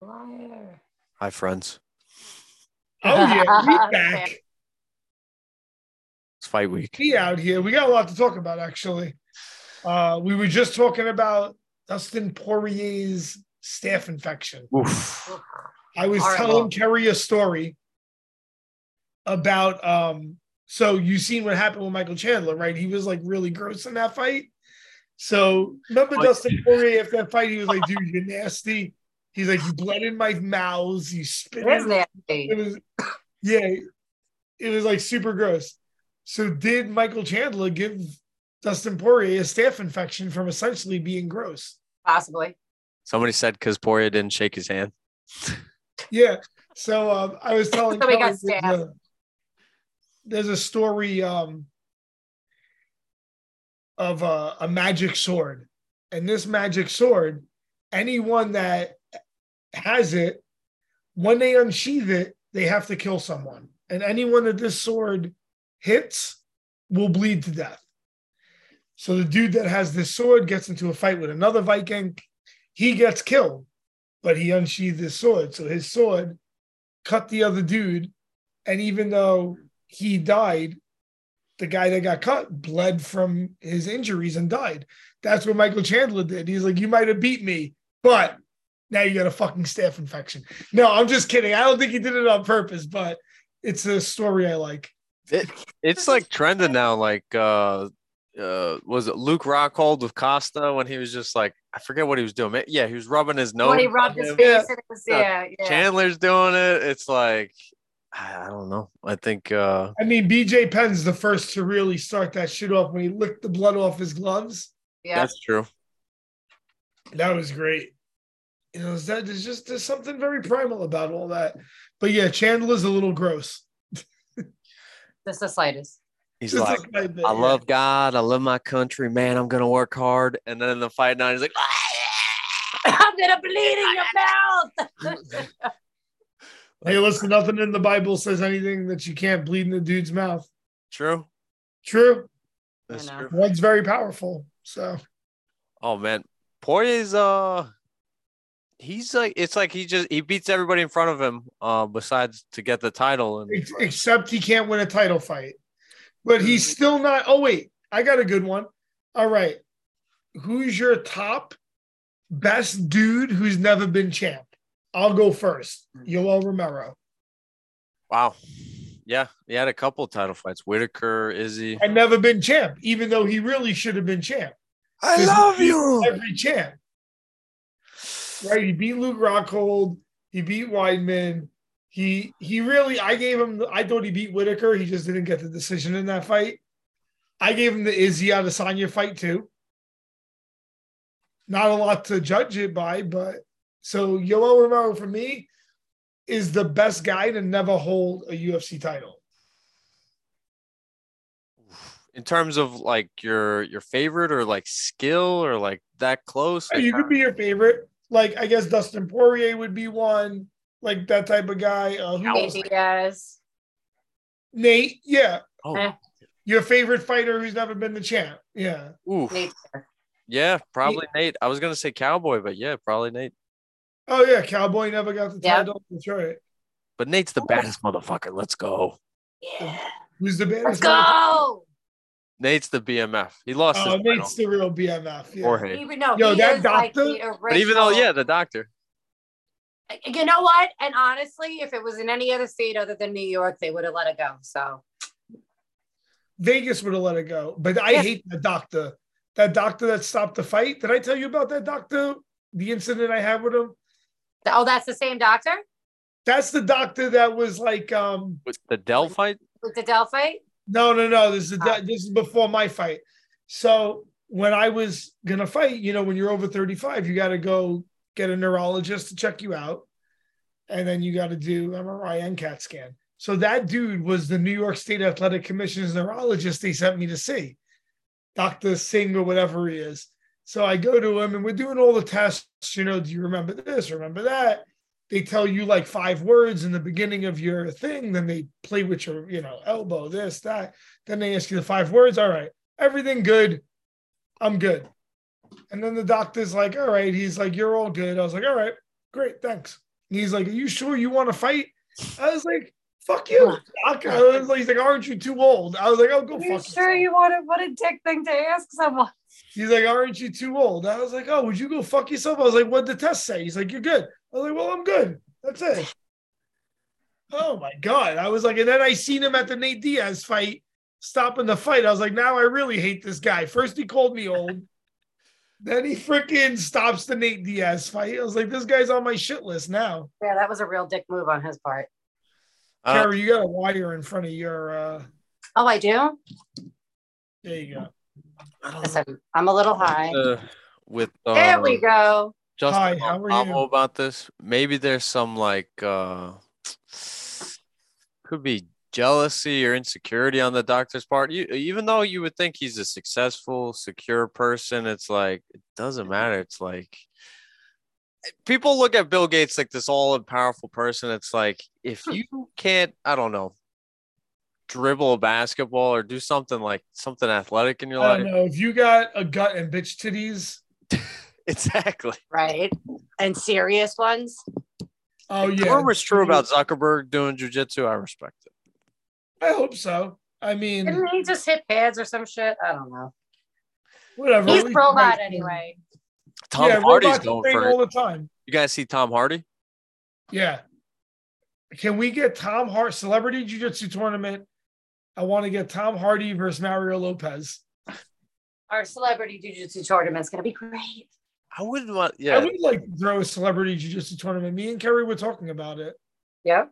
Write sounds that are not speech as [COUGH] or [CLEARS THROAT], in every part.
Liar. Hi, friends. Oh yeah, we back. It's fight week. We out here. We got a lot to talk about actually. Uh, we were just talking about Dustin Poirier's staph infection. Oof. I was Horrible. telling Kerry a story about um so you seen what happened with Michael Chandler, right? He was like really gross in that fight. So remember Like- Dustin Poirier after that fight, he was like, dude, you're nasty. He's like, you bled in my mouths, you spit in It is my it nasty. was [COUGHS] yeah it was like super gross so did michael chandler give dustin poirier a staph infection from essentially being gross Possibly. Somebody said because Poria didn't shake his hand. yeah so um, i was telling So we Kelly got there's stabbed. a- there's a story um, of a, a magic sword and this magic sword anyone that has it when they unsheathe it they have to kill someone and anyone that this sword hits will bleed to death so the dude that has this sword gets into a fight with another viking he gets killed but he unsheathed his sword so his sword cut the other dude and even though he died the guy that got cut bled from his injuries and died that's what michael chandler did he's like you might have beat me but now you got a fucking staph infection no i'm just kidding i don't think he did it on purpose but it's a story i like It's like trending now. Like, uh, uh, was it Luke Rockhold with Costa when he was just like, I forget what he was doing. Ma- Yeah, he was rubbing his nose. when he rubbed his Yeah. face, and it was yeah, yeah. Chandler's doing it. It's like, I I don't know. I think, uh, i mean bj penn's the first to really start that shit off when he licked the blood off his gloves yeah. that's true. That was great. You know, is that there's just there's something very primal about all that. But yeah, Chandler's a little gross. Just the slightest. [LAUGHS] He's Just a like, slight bit, I yeah. [LAUGHS] love God. I love my country, man. I'm gonna work hard. And then in the fight night, he's like, [LAUGHS] "Ah!" I'm gonna bleed in your mouth. Hey, listen, nothing in the Bible says anything that you can't bleed in the dude's mouth. True. True. I That's know. true. One's very powerful. So Oh man, Poirier's uh, he's like it's like he just he beats everybody in front of him. Uh, besides to get the title and ex- except he can't win a title fight. But he's Mm-hmm. still not. Oh, wait, I got a good one. All right. Who's your top best dude who's never been champ? I'll go first. Mm-hmm. Yoel Romero. wow, yeah, he had a couple title fights. Whitaker, Izzy. I've never been champ, even though he really should have been champ. I love you. Every champ, right? He beat Luke Rockhold. He beat Weidman. He he really. I gave him. I thought he beat Whitaker. He just didn't get the decision in that fight. I gave him the Izzy Adesanya fight too. Not a lot to judge it by, but so Yoel Romero for me is the best guy to never hold a UFC title. In terms of like your your favorite or like skill or like that close. Yeah, like, you could be your favorite. Like I guess Dustin Poirier would be one, like that type of guy. Uh, who else? Maybe yes. Nate, yeah, Eh. oh, your favorite fighter who's never been the champ. Yeah, oof. Nature. yeah, probably Nate. I was gonna say Cowboy, but yeah, probably Nate. oh yeah, Cowboy never got the Yeah. title. That's right. But Nate's the baddest motherfucker. Let's go. Yeah. Who's the baddest? Let's go. Nate's the BMF. He lost Oh, his title. Nate's the real BMF. Yeah. Jorge. Even though Yo, he that is like the doctor- But even though, original- yeah, the doctor. you know what? And honestly, if it was in any other state other than New York, they would have let it go. So Vegas would have let it go, but I Yeah. hate the doctor. That doctor that stopped the fight. Did I tell you about that doctor? The incident I had with him. oh, that's the same doctor That's the doctor that was like, um, With the Dell fight? with the Delphi. fight? No, no, no. This is Ah. this is before my fight. So when I was gonna fight, you know, when you're over 35, you got to go get a neurologist to check you out, and then you got to do MRI and CAT scan. So that dude was the New York State Athletic Commission's neurologist. They sent me to see Doctor Singh or whatever he is. So I go to him, and we're doing all the tests. You know, do you remember this? Remember that? They tell you like five words in the beginning of your thing. Then they play with your, you know, elbow, this, that. Then they ask you the five words. All right, everything good. I'm good. And then the doctor's like, all right. He's like, you're all good. I was like, all right, great, thanks. And he's like, Are you sure you want to fight? I was like, Fuck you. Doc." I was like, he's like, Aren't you too old? I was like, Oh, go Are fuck you yourself. sure you want to? What a dick thing to ask someone. He's like, aren't you too old? I was like, oh, would you go fuck yourself? I was like, what'd the test say? He's like, you're good. I was like, well, I'm good. That's it. Oh my God. I was like, and then I seen him at the Nate Diaz fight, stopping the fight. I was like, now I really hate this guy. First he called me old. then he freaking stops the Nate Diaz fight. I was like, this guy's on my shit list now. Yeah, that was a real dick move on his part. Uh, Carrie, you got a wire in front of your uh Oh, I do. there you go. I don't Listen, I'm a little high. know, uh, with uh, There we go. Justin Hi, how are Olmo you? about this. Maybe there's some like uh could be jealousy or insecurity on the doctor's part. You, even though you would think he's a successful, secure person, it's like it doesn't matter. It's like people look at Bill Gates like this all-powerful person. It's like if Hmm. you can't, I don't know, dribble a basketball or do something like something athletic in your I life. don't know. If you got a gut and bitch titties, [LAUGHS] Exactly. Right. And serious ones. oh The yeah. rumor's true about Zuckerberg doing jujitsu. I respect it. I hope so. I mean Didn't he just hit pads or some shit? I don't know. whatever. He's We- robot anyway. Tom yeah, Hardy's robots going thing for all it. the time. You guys see Tom Hardy? Yeah. Can we get Tom Hart celebrity jiu-jitsu tournament? I want to get Tom Hardy versus Mario Lopez. Our celebrity jujitsu tournament's gonna be great. I wouldn't want. Yeah, I would like to throw a celebrity jiu-jitsu tournament. Me and Kerry were talking about it. Yep.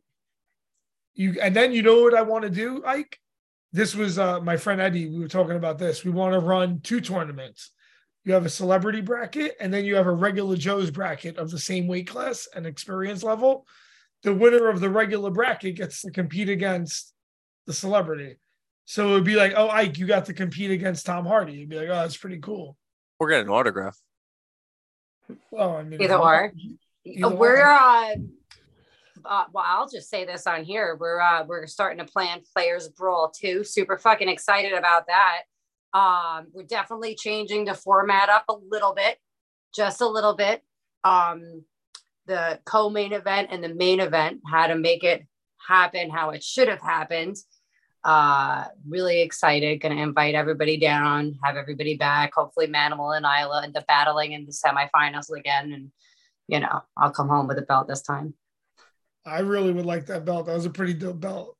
You and then you know what I want to do, Ike? This was uh, my friend Eddie. We were talking about this. We want to run two tournaments. You have a celebrity bracket, and then you have a regular Joe's bracket of the same weight class and experience level. The winner of the regular bracket gets to compete against the celebrity. So it would be like, oh, Ike, you got to compete against Tom Hardy. You'd be like, oh, that's pretty cool. we're getting an autograph. [SIGHS] Well, I mean, Either or. Either we're one. uh, uh well i'll just say this on here we're uh we're starting to plan players brawl too super fucking excited about that um we're definitely changing the format up a little bit just a little bit um the co-main event and the main event how to make it happen how it should have happened uh really excited gonna invite everybody down have everybody back hopefully manimal and isla end up battling in the semifinals again and you know, I'll come home with a belt this time. I really would like that belt. That was a pretty dope belt.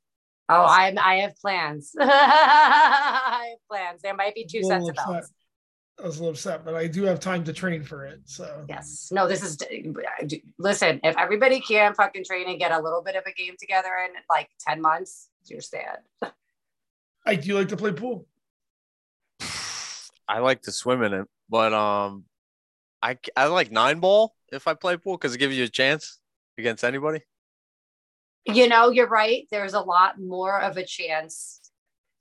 Oh, I I have plans. [LAUGHS] I have plans. There might be two Well, sets of it's not- belts. I was a little upset, but I do have time to train for it. So Yes. No, this is listen, if everybody can fucking train and get a little bit of a game together in like 10 months, you're sad. Ike, do you like to play pool? I like to swim in it, but um, I c- I like nine ball if I play pool because it gives you a chance against anybody. You know, you're right. There's a lot more of a chance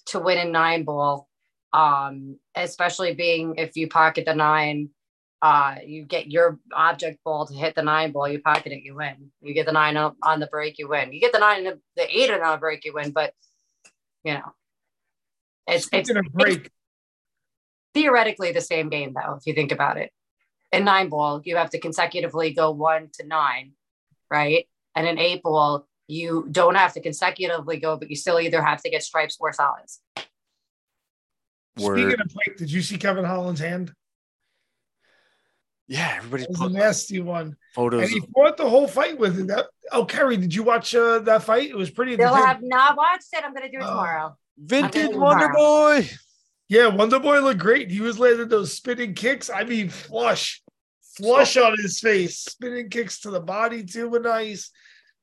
to win a nine ball. Um, especially being if you pocket the nine, uh, you get your object ball to hit the nine ball, you pocket it, you win. You get the nine up on the break, you win. You get the nine and the, the eight on the break, you win, but you know. It's it's Speaking of break, theoretically the same game though, if you think about it. In nine ball, you have to consecutively go one to nine, right? And in eight ball, you don't have to consecutively go, but you still either have to get stripes or solids. Word. speaking of break, did you see Kevin Holland's hand? yeah, everybody's It was a putting nasty one, and photos. he of- fought the whole fight with it. That, oh, Kerry, did you watch uh, that fight? It was pretty. [LAUGHS] Still entertaining. have not watched it. I'm gonna do it Oh. tomorrow. Vintage Okay. Wonder Boy. yeah, Wonder Boy looked great. He was landing those spinning kicks. I mean, flush, flush on his face, spinning kicks to the body, too, were nice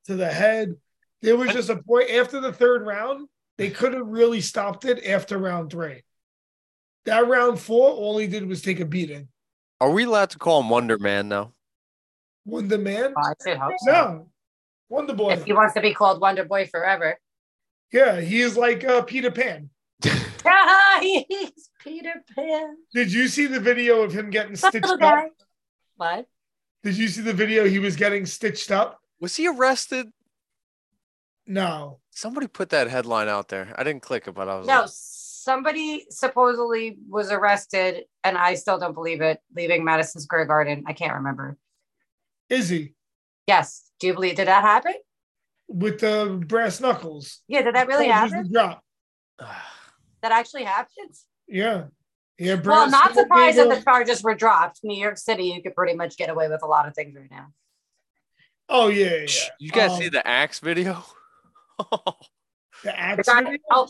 to the head. There was just a point after the third round. They could have really stopped it after round three. That round four, all he did was take a beating. Are we allowed to call him Wonder Man now? Won the man. Oh, I should hope so. No, Wonder Boy. If he wants to be called Wonder Boy forever. [LAUGHS] Yeah, he is like uh, Peter Pan. He's Peter Pan. Did you see the video of him getting [LAUGHS] stitched Little up? guy. What? Did you see the video he was getting stitched up? Was he arrested? No. Somebody put that headline out there. I didn't click it, but I was No, like, somebody supposedly was arrested, and I still don't believe it, leaving Madison Square Garden. I can't remember. Is he? Yes. Do you believe? Did that happen? with the brass knuckles. Yeah. Did that really Oh, just happen? a Drop. That actually happened? Yeah. Yeah. Well, brass not surprised that knuckles. the charges were dropped. New York City, you could pretty much get away with a lot of things right now. Oh yeah, yeah, yeah. You guys see Um, the axe video? [LAUGHS] the The axe. guy- video? oh,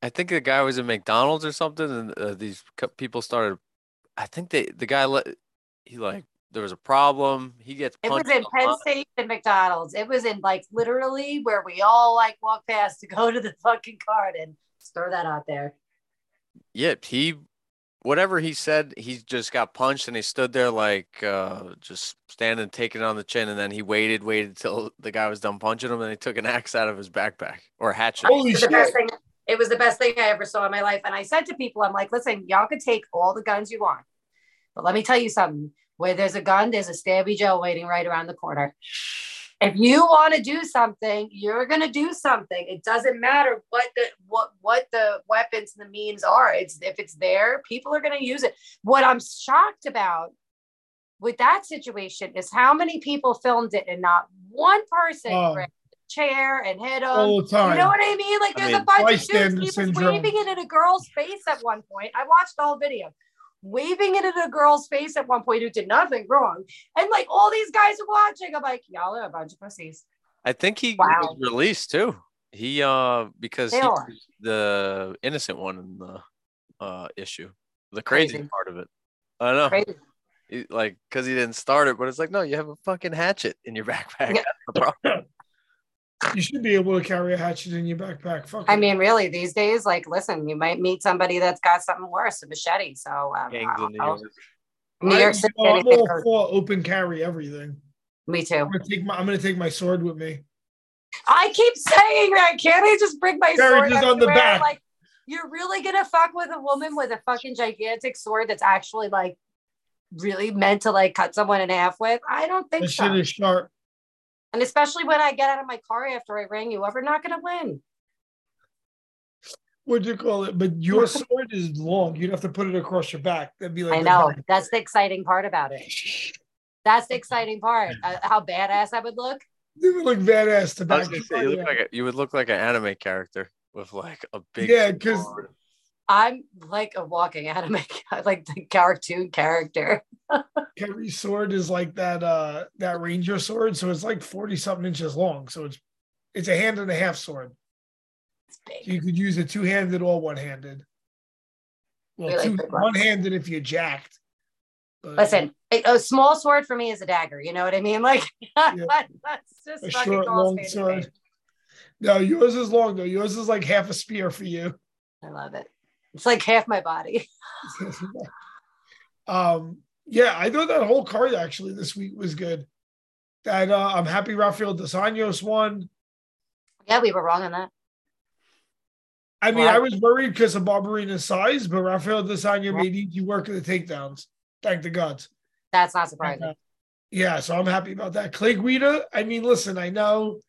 I think the guy was at McDonald's or something, and uh, these cou- people started. I think they the guy let he like there was a problem. He gets it was punched. in a Penn lot. State and McDonald's. It was in like literally where we all like walk past to go to the fucking garden. Just throw that out there. Yeah, he whatever he said, he just got punched, and he stood there like uh, just standing, taking it on the chin, and then he waited, waited till the guy was done punching him, and he took an axe out of his backpack or hatchet. Holy It was the shit! best thing. It was the best thing I ever saw in my life. And I said to people, I'm like, listen, y'all could take all the guns you want. But let me tell you something. Where there's a gun, there's a stabby Joe waiting right around the corner. If you want to do something, you're gonna do something. It doesn't matter what the what what the weapons and the means are. It's if it's there, people are gonna use it. What I'm shocked about with that situation is how many people filmed it and not one person Oh. grabbed a chair and hit him. All the time. You know what I mean? Like I there's mean, a bunch of bystander dudes. He was syndrome. waving it at a girl's face at one point. I watched the whole video. Waving it at a girl's face at one point who did nothing wrong. And like all these guys are watching. I'm like, y'all are a bunch of pussies. I think he Wow. was released too. He uh because They he are. was the innocent one in the uh issue, the crazy, Crazy. part of it. I know, Crazy. He- like because he didn't start it, but it's like no, you have a fucking hatchet in your [LAUGHS] backpack. Yeah. That's the problem. You should be able to carry a hatchet in your backpack. Fuck. I it. mean, really, these days, like, listen, you might meet somebody that's got something worse, a machete. So, um, I Gangs in don't New know. York. New I- York City, you know, I'm anything all goes. for open carry everything. me too. I'm gonna take my. I'm gonna take my sword with me. I keep saying that. Can't I just bring my sword Jared is on the everywhere? back. Like, you're really gonna fuck with a woman with a fucking gigantic sword that's actually like really meant to like cut someone in half with? I don't think That so. shit is sharp. and especially when I get out of my car after I rang you up, we're not gonna win. What'd you call it? But your sword is long. You'd have to put it across your back. That'd be like I a know. giant- That's the exciting part about it. That's the exciting part. Uh, how badass I would look. They would look badass to I was back. gonna say, you look like a, you would look like an anime character with like a big Yeah, 'cause- sword. I'm like a walking anime, [LAUGHS] like the cartoon character. Carry sword is like that. Uh, that ranger sword. So it's like forty something inches long. So it's it's a hand and a half sword. It's big. You could use a two handed or one handed. We Well, like two, big ones. one handed if you're jacked. But Listen, a, a small sword for me is a dagger. You know what I mean? [LAUGHS] Like, that's just a fucking short, calls long me to sword. face. No, yours is long though. Yours is like half a spear for you. I love it. It's like half my body. [LAUGHS] [LAUGHS] um, yeah, I thought that whole card actually this week was good. That uh, I'm happy Rafael Dos Anjos won. Yeah, we were wrong on that. I mean, Wow. I was worried because of Barbarina's size, but Rafael Dos Anjos made easy work of the takedowns. Thank the gods. Uh, That's not surprising. Yeah, so I'm happy about that. Clay Guida, I mean, listen, I know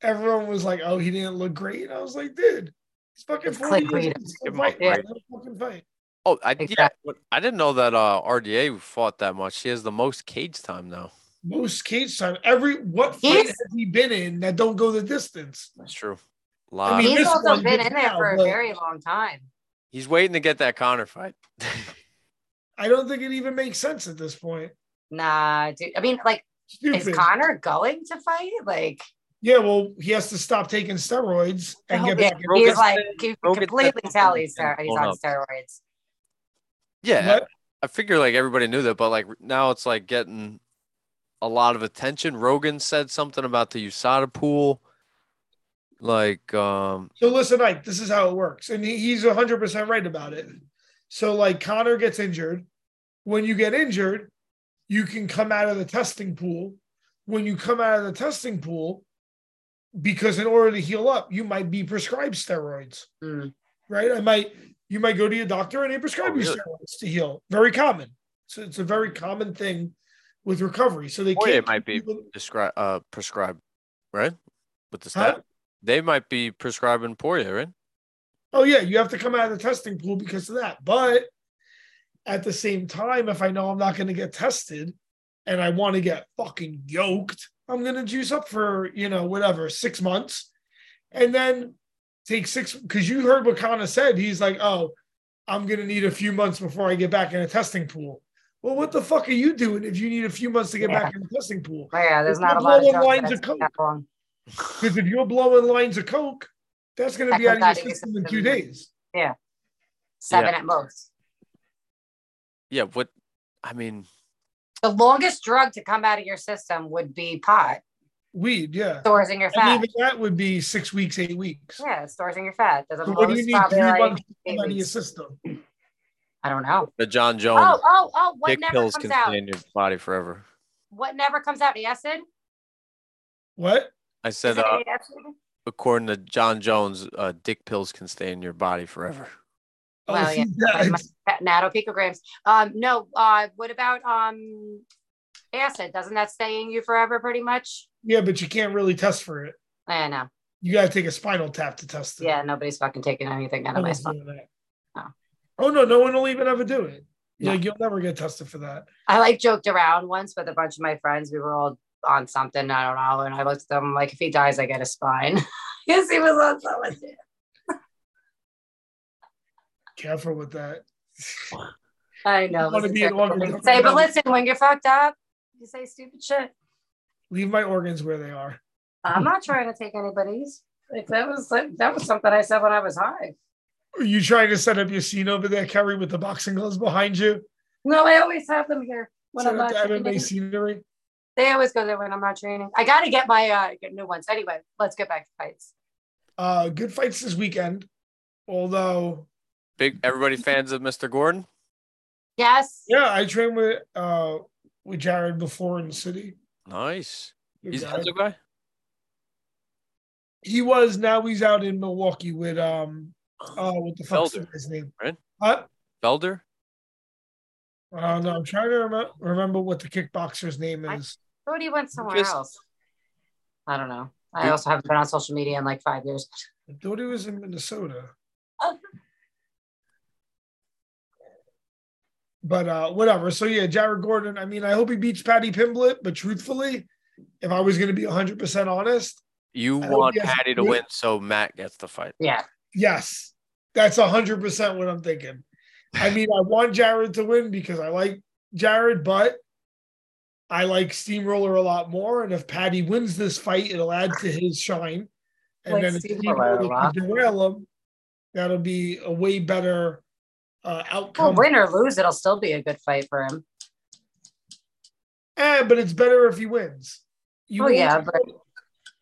everyone was like, oh, he didn't look great. And I was like, dude, he's fucking It's Clay 40 years Guida. old, he's Give him still a fighting. Let break. him fucking fight. Oh, I yeah, Exactly. but I didn't know that uh RDA fought that much. She has the most cage time now. Most cage time. Every what fight He's- has he been in that don't go the distance? That's true. I Lot. mean, He's this also one been did in there now, for a but- very long time. He's waiting to get that Connor fight. [LAUGHS] I don't think it even makes sense at this point. Nah, dude. I mean, like, is Stupid. Connor going to fight? Like, yeah, well, he has to stop taking steroids and get yeah, back. in- he's Rogan's like, been- you can Rogan's completely been- tell he's, ter- been he's on blown up. steroids. yeah, What? I figure like everybody knew that, but like now it's like getting a lot of attention. Rogan said something about the USADA pool. Like, um, So listen, Ike, this is how it works. And he, he's 100% right about it. So like Connor gets injured. When you get injured, you can come out of the testing pool. When you come out of the testing pool, because in order to heal up, you might be prescribed steroids, Mm. right? I might, you might go to your doctor and they prescribe Oh, really? you steroids to heal. Very common. So it's a very common thing with recovery. So they Boy, can't it might keep be. people- describe, uh, prescribe, right? With the Huh? stat, they might be prescribing Poirier, right? Oh yeah, you have to come out of the testing pool because of that. But at the same time, if I know I'm not going to get tested, and I want to get fucking yoked, I'm gonna juice up for you know whatever six months, and then take six because you heard what Kana said. He's like, oh, I'm gonna need a few months before I get back in a testing pool. Well, what the fuck are you doing if you need a few months to get Yeah. back in the testing pool? Oh, yeah, there's If not you're a lot of blowing jobs lines that of coke, that long. because if you're blowing lines of coke, that's going to be That comes out of your out of your system in system. two days. Seven at most. Yeah, what I mean, The longest drug to come out of your system would be pot. Weed, yeah. Stores in your And fat. even that would be six weeks, eight weeks. Yeah, it stores in your fat. There's a So what do most you need probably three like months eight out of your weeks. system? I don't know. the John Jones Oh, oh, oh, what dick never pills comes can out? stay in your body forever. What never comes out? Acid? What? I Is said, it uh, acid? Oh, according to John Jones, uh, dick pills can stay in your body forever. Oh, Well, yeah. yeah, My it's- fat- Nato picograms. Um, no, uh, what about um acid? Doesn't that stay in you forever pretty much? yeah, but you can't really test for it. I know. You got to take a spinal tap to test it. Yeah, nobody's fucking taking anything out No of my one's stuff. doing that. No. Oh, no, no one will even ever do it. No. Like, you'll never get tested for that. I like joked around once with a bunch of my friends. We were all on something, I don't know. And I looked at them I'm like, if he dies, I get a spine. [LAUGHS] yes, he was on someone's Careful with that. I know. wanna it's be in terrible Walker thing to Dunbar. say, but listen, when you're fucked up, you say stupid shit. Leave my organs where they are. I'm not trying to take anybody's. Like that was that was something I said when I was high. Are you trying to set up your scene over there, Kerry, with the boxing gloves behind you? No, I always have them here when Set I'm up not the MMA training. scenery. They always go there when I'm not training. I got to get my uh, get new ones. Anyway, let's get back to fights. Uh, good fights this weekend. Although, Big [LAUGHS] everybody fans of Mr. Gordon. Yes. yeah, I trained with uh with Jared before in the city. Nice. Good He's a guy. Enzo guy. He was now he's out in Milwaukee with um oh what the fuck's Felder, his name? right? Huh? Felder. I don't know. I'm trying to remember remember what the kickboxer's name I- is. Thought he went somewhere Just- else. I don't know. I Dude. also haven't been on social media in like five years. I thought he was in Minnesota. Oh. But uh, whatever. So yeah, Jared Gordon. I mean, I hope he beats Patty Pimblett. But truthfully, if I was going to be 100 percent honest, You I hope want he has Patty to three. win so Matt gets the fight. Yeah. yes, that's 100 percent what I'm thinking. I mean, I want Jared to win because I like Jared, but I like Steamroller a lot more. And if Patty wins this fight, it'll add to his shine. And Like then if Steamroller a Steamroller lot. can derail him, that'll be a way better uh, Well, outcome. win or lose, it'll still be a good fight for him. Eh, but it's better if he wins. You Oh, yeah, always-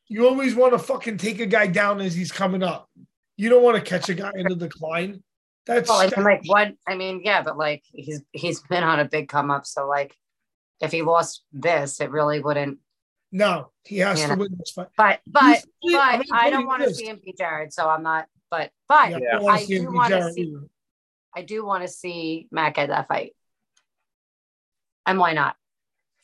you always want to fucking take a guy down as he's coming up. You don't want to catch a guy in the decline. That's Well, I mean, like what? I mean, yeah, but like he's he's been on a big come up, so like if he lost this, it really wouldn't. no. He has Yeah. to win this fight. But but He's- but I mean, I he don't want to is. see him beat Jared, so I'm not. But but Yeah, Yeah. don't wanna I see him do beat wanna Jared see- either. I do want to see Mac at that fight. And why not?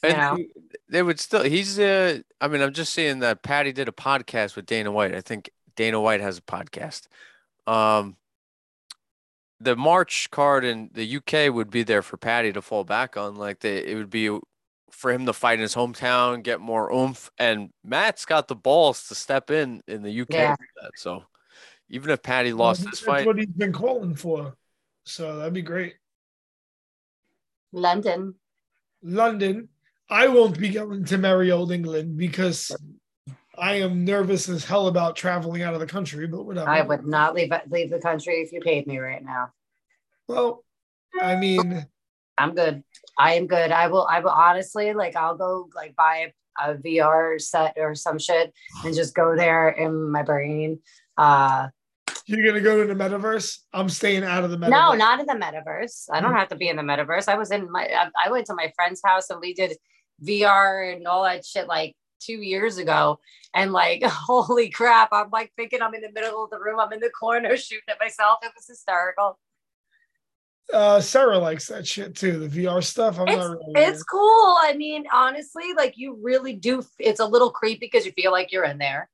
You And know? he- they would still. He's. Uh, I mean, I'm just seeing that Patty did a podcast with Dana White. I think Dana White has a podcast. Um, the March card in the UK would be there for Patty to fall back on. Like they, it would be for him to fight in his hometown, get more oomph. And Matt's got the balls to step in in the UK. Yeah. For that. So even if Patty lost That's this fight, what he's been calling for. So that'd be great. London. London. I won't be going to merry old England because I am nervous as hell about traveling out of the country. But whatever. I would not leave leave the country if you paid me right now. Well, I mean, I'm good. I am good. I will. I will honestly like. I'll go like buy a, a VR set or some shit and just go there in my brain. Uh, you're gonna go to the metaverse. I'm staying out of the metaverse. no, not in the metaverse. I don't have to be in the metaverse. I was in my. I, I went to my friend's house and we did VR and all that shit like two years ago. And like, [LAUGHS] holy crap! I'm like thinking I'm in the middle of the room. I'm in the corner shooting at myself. It was hysterical. Uh, Sarah likes that shit too. The VR stuff. I'm not really. It's cool. I mean, honestly, like you really do. It's a little creepy because you feel like you're in there.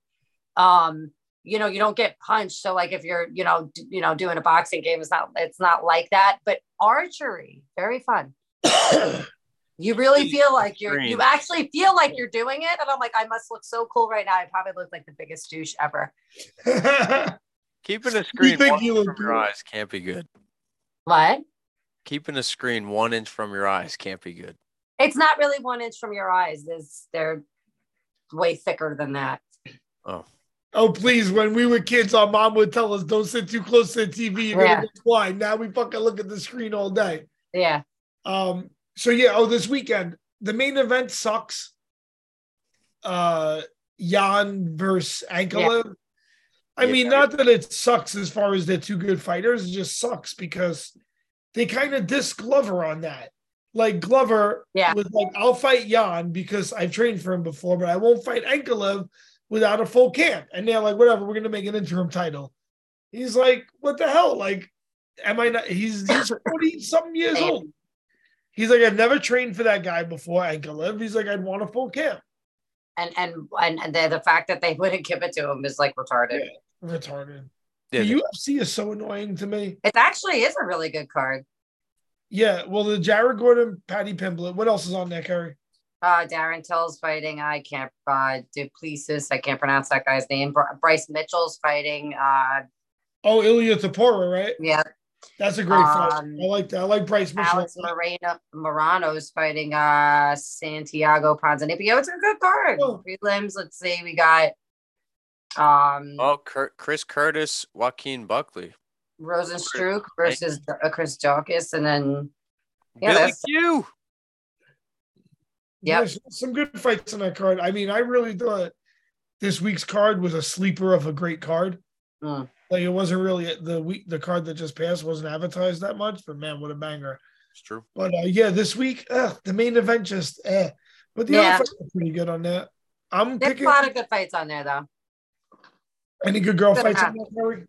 Um, you know, you don't get punched. So, like, if you're, you know, d- you know, doing a boxing game, it's not, it's not like that. But archery, very fun. You really feel like you're you actually feel like you're doing it. And I'm like, I must look so cool right now. I probably look like the biggest douche ever. [COUGHS] [LAUGHS] Keeping a screen think one you inch look from your good? eyes can't be good. What? Keeping a screen one inch from your eyes can't be good. It's not really one inch from your eyes. Is they're way thicker than that. oh, please. When we were kids, our mom would tell us, don't sit too close to the TV. You're Yeah. going to look blind. Now we fucking look at the screen all day. Yeah. Um, so yeah, oh, this weekend, the main event sucks. Uh Jan versus Ankalev. I Yeah. mean, not that it sucks as far as they're two good fighters, it just sucks because they kind of diss Glover on that. Like Glover Yeah. was like, I'll fight Jan because I've trained for him before, but I won't fight Ankalev without a full camp. And they're like, whatever, we're gonna make an interim title. He's like, what the hell? Like, am I not? He's he's [LAUGHS] 40 something years Same. old. He's like, I've never trained for that guy before, Ankalev. He's like, I'd want a full camp. And and and, and the, the fact that they [LAUGHS] wouldn't give it to him is like retarded. Retarded. Yeah, the UFC is so annoying to me. It actually is a really good card. Yeah. Well, the Jared Gordon, Patty Pimblett. What else is on there, Kerry? Uh, Darren Till's fighting. I can't. Uh, Duplessis. I can't pronounce that guy's name. Br- Bryce Mitchell's fighting. Uh, Oh, Ilya Tapora, right? yeah. That's a great fight. Um, I like that. I like Bryce Mitchell. Alex Moreno Morano's fighting uh Santiago Ponzinibbio. It's a good card. Oh. Prelims. Let's see. We got um Oh, Cur- Chris Curtis, Joaquin Buckley, Rosenstruck versus uh, Chris Dawkins, and then Yeah, Billy that's- Q. yep. There's some good fights on that card. I mean, I really thought this week's card was a sleeper of a great card. Mm. Like it wasn't really the week the card that just passed wasn't advertised that much, but man, what a banger! It's true. But uh, yeah, this week ugh, the main event just eh. But the Yeah. other fights are pretty good on that. I'm there's a picking lot of good fights on there though. any good girl Good fights half. on that. Corey?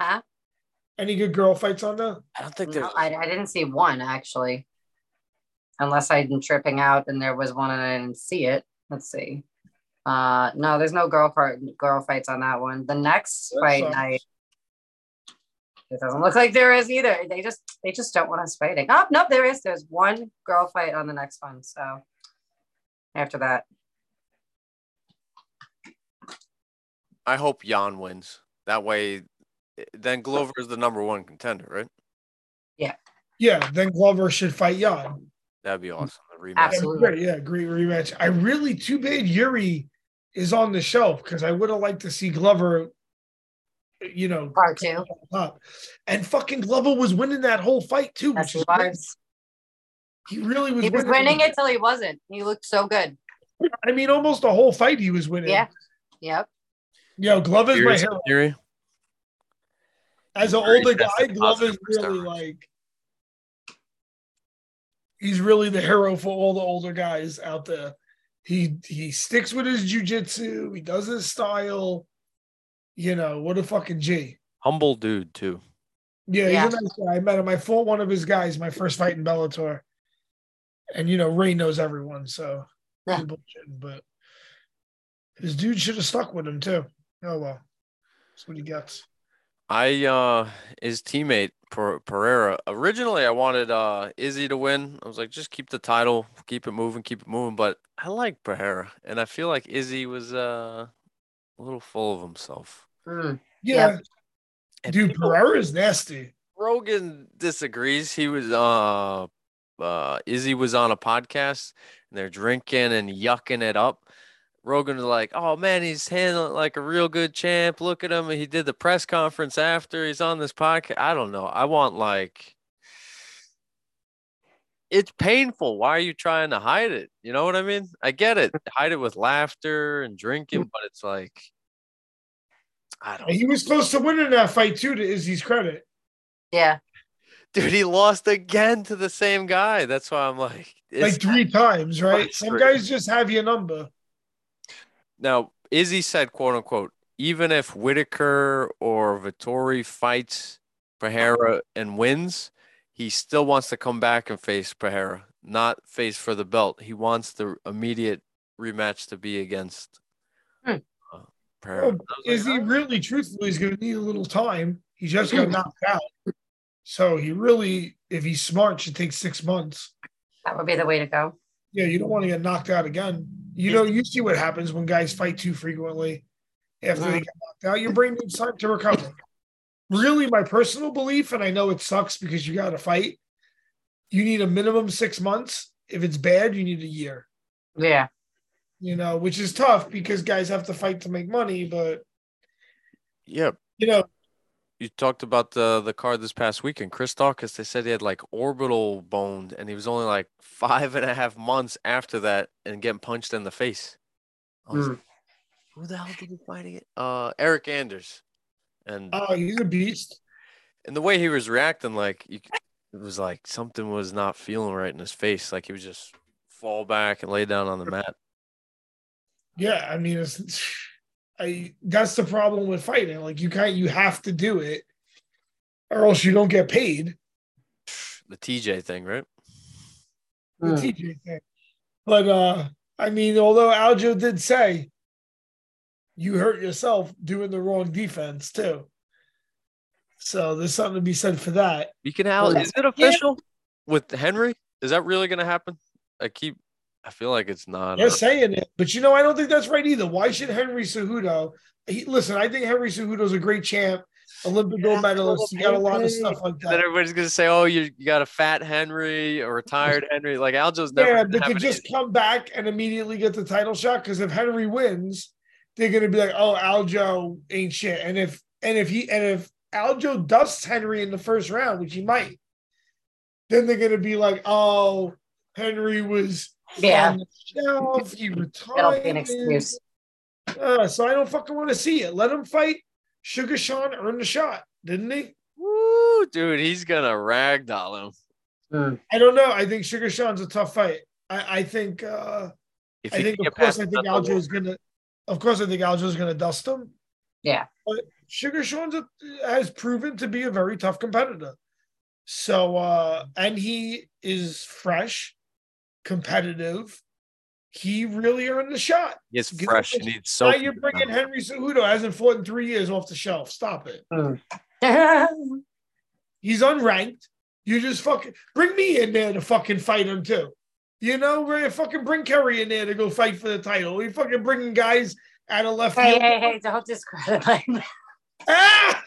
Huh? Any good girl fights on that? I don't think No, there's. I, I didn't see one actually, unless I'm tripping out and there was one and I didn't see it. Let's see. Uh, no, there's no girl part, girl fights on that one. The next That fight sucks. night, it doesn't look like there is either. They just they just don't want us fighting. Oh no, there is. There's one girl fight on the next one. So after that, I hope Jan wins. That way, eh, then Glover is the number one contender, right? Yeah, then Glover should fight Jan. That'd be awesome. The rematch. That'd be Absolutely. great. Yeah, great rematch. I really too bad Yuri is on the shelf because I would have liked to see Glover, you know, part two. up. And fucking Glover was winning that whole fight too, That's which is the vibes. he really was, He was winning it till he wasn't. He looked so good. I mean, almost the whole fight he was winning. Yeah. Yep. Yo, Glover's my Theories- hero. theory. As an Very older guy, tested Glover's positive for really steroids. like he's really the hero for all the older guys out there. He he sticks with his jujitsu, he does his style. You know, what a fucking G. Humble dude too. Yeah, Yeah. he's a nice guy. I met him. I fought one of his guys my first fight in Bellator. And you know, Ray knows everyone, so Yeah. he bullshitting, but his dude should have stuck with him too. Oh well. That's what he gets. I uh his teammate per- Pereira. Originally, I wanted uh Izzy to win. I was like, just keep the title, keep it moving, keep it moving. But I like Pereira, and I feel like Izzy was uh a little full of himself. Mm. Yeah. And Dude, people- Pereira's nasty. Rogan disagrees. He was uh uh Izzy was on a podcast and they're drinking and yucking it up. Rogan was like, "Oh man, he's handling like a real good champ. Look at him. He did the press conference after. He's on this podcast. I don't know. I want like it's painful. Why are you trying to hide it? You know what I mean? I get it. Hide it with laughter and drinking, but it's like I don't And he was close to winning that fight too, to Izzy's credit. Yeah. Dude, he lost again to the same guy. That's why I'm like, it's, like three times, right? Right, Some right. guys just have your number. now Izzy said, quote unquote, even if Whitaker or Vittori fights Pereira and wins, he still wants to come back and face Pereira, not face for the belt. He wants the immediate rematch to be against Hmm. uh, Pereira. Oh, Is he really truthfully is gonna need a little time? He [CLEARS THROAT] just got knocked out. So he really, if he's smart, should take six months. That would be the way to go. Yeah, you don't want to get knocked out again. You know, you see what happens when guys fight too frequently after they get knocked out. Your brain needs time to recover. Really, my personal belief, and I know it sucks because you got to fight, you need a minimum six months. If it's bad, you need a year, Yeah. you know, which is tough because guys have to fight to make money. But, Yeah, you know, you talked about the the car this past weekend, Chris Dawkins. They said he had like orbital bone, and he was only like [LAUGHS] five and a half months after that, and getting punched in the face. I was Mm. like, Who the hell did he fight again? Uh, Eric Anders, and oh, he's a beast. and the way he was reacting, like you, c- it was like something was not feeling right in his face. Like he was just fall back and lay down on the mat. Yeah, I mean, it's, [SIGHS] I that's the problem with fighting. Like you kind you have to do it, or else you don't get paid. The TJ thing, right? The Hmm. TJ thing. But uh, I mean, although Aljo did say you hurt yourself doing the wrong defense too, so there's something to be said for that. You can out. Well, Is it official with Henry? Is that really gonna happen? I keep. I feel like it's not. uh, They're or- saying it, but you know, I don't think that's right either. Why should Henry Cejudo? He, listen, I think Henry Cejudo's a great champ, Olympic gold medalist. He got a lot of stuff like And then that. everybody's gonna say, "Oh, you, you got a fat Henry or retired Henry." Like Aljo's never. Yeah, gonna but have to an just easy- come back and immediately get the title shot because if Henry wins, they're gonna be like, "Oh, Aljo ain't shit." And if and if he and if Aljo dusts Henry in the first round, which he might, then they're gonna be like, "Oh, Henry was Yeah. on the shelf. He It'll retired." be an excuse. [LAUGHS] Uh, so I don't fucking want to see it. Let him fight. Sugar Sean earned the shot, didn't he? Woo, dude, he's gonna ragdoll him Mm. I don't know. I think Sugar Sean's a tough fight. I, I think. uh if I he think, can of get course, past. I think another Aljo is gonna. Of course, I think Aljo is gonna dust him. Yeah. but Sugar Sean's a, has proven to be a very tough competitor. So, uh, and he is fresh, competitive. He really earned the shot. one. he's Give him fresh. a- He needs now soap. you're bringing Henry Cejudo hasn't fought in three years off the shelf. Stop it. He's unranked. You just fucking bring me in there to fucking fight him too. You know, where you fucking bring Kerry in there to go fight for the title. We fucking bringing guys out of left hey, field. hey, hey, don't discredit [LAUGHS] him. Ah!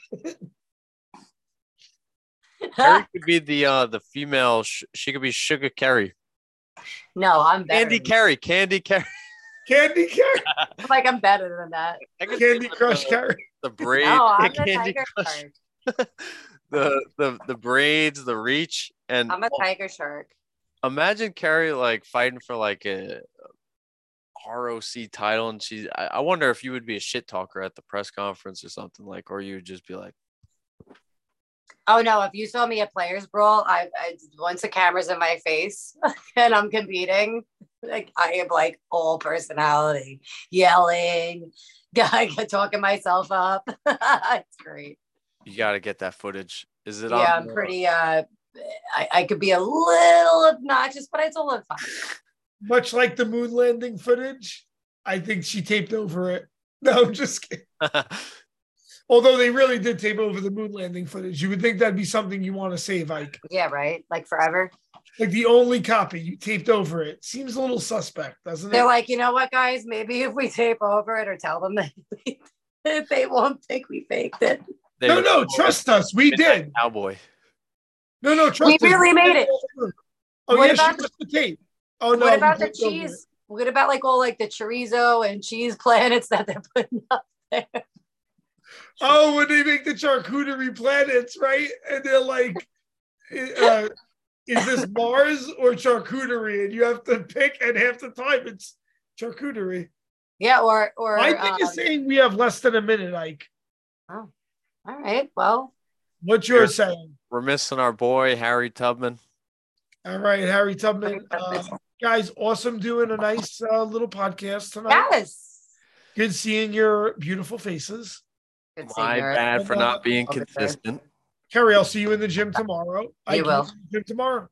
Carrie could be the uh the female. Sh- she could be Sugar Carrie. no, I'm better. Candy than- Carrie. Candy Carrie. [LAUGHS] Candy Crush, like, I'm better than that. I could see Candy the- [LAUGHS] Crush Carry. The braid. no, the [LAUGHS] I'm the Candy tiger Crush. shark. [LAUGHS] The the the braids. The reach. And I'm a tiger shark. imagine Carrie like fighting for like a ROC title, and she. I, I wonder if you would be a shit talker at the press conference or something like, or you would just be like, Oh no! If you saw me at Players Brawl, I, I once the camera's in my face [LAUGHS] and I'm competing, like I am like all personality, yelling, [LAUGHS] guy talking myself up. [LAUGHS] it's great. "You got to get that footage." Is it? yeah, on I'm pretty. Uh, I, I could be a little obnoxious, but it's all in fun. much like the moon landing footage. I think she taped over it. [LAUGHS] No, I'm just kidding. Although they really did tape over the moon landing footage. You would think that'd be something you want to save, Ike. Yeah, right. Like forever. Like the only copy you taped over it seems a little suspect, doesn't They're it? like, you know what, guys? Maybe if we tape over it or tell them [LAUGHS] that they won't think we faked it. [LAUGHS] They No, would- no, trust us. We did. Cowboy. No, no, trust us. really made it. Oh, What yeah, about she was the tape. Oh, no. what we about the taped over it. cheese? What about like all like the chorizo and cheese planets [LAUGHS] that they're putting up? Oh, when they make the charcuterie planets, right? And they're like, uh, [LAUGHS] is this Mars or charcuterie? And you have to pick, and half the time it's charcuterie. Yeah, or or I think um, it's saying we have less than a minute, Ike. all right. Well, What Sure. you're saying. We're missing our boy Harry Tubman. All right, Harry Tubman. Uh, guys, awesome doing a nice uh, little podcast tonight. yes. Good seeing your beautiful faces. Good seeing My her. bad for not being Over there. consistent. Kerry, I'll see you in the gym tomorrow. Ike, will. see you in the Gym tomorrow.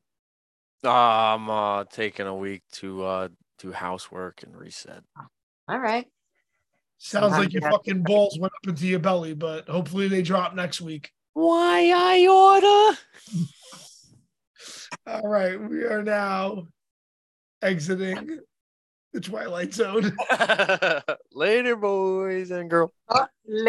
I'm uh, taking a week to uh, do housework and reset. All right. Sounds Sometime like your you have- fucking balls went up into your belly, but hopefully they drop next week. Why I order? All right, we are now exiting the Twilight Zone. [LAUGHS] Uh, Later, boys and girls.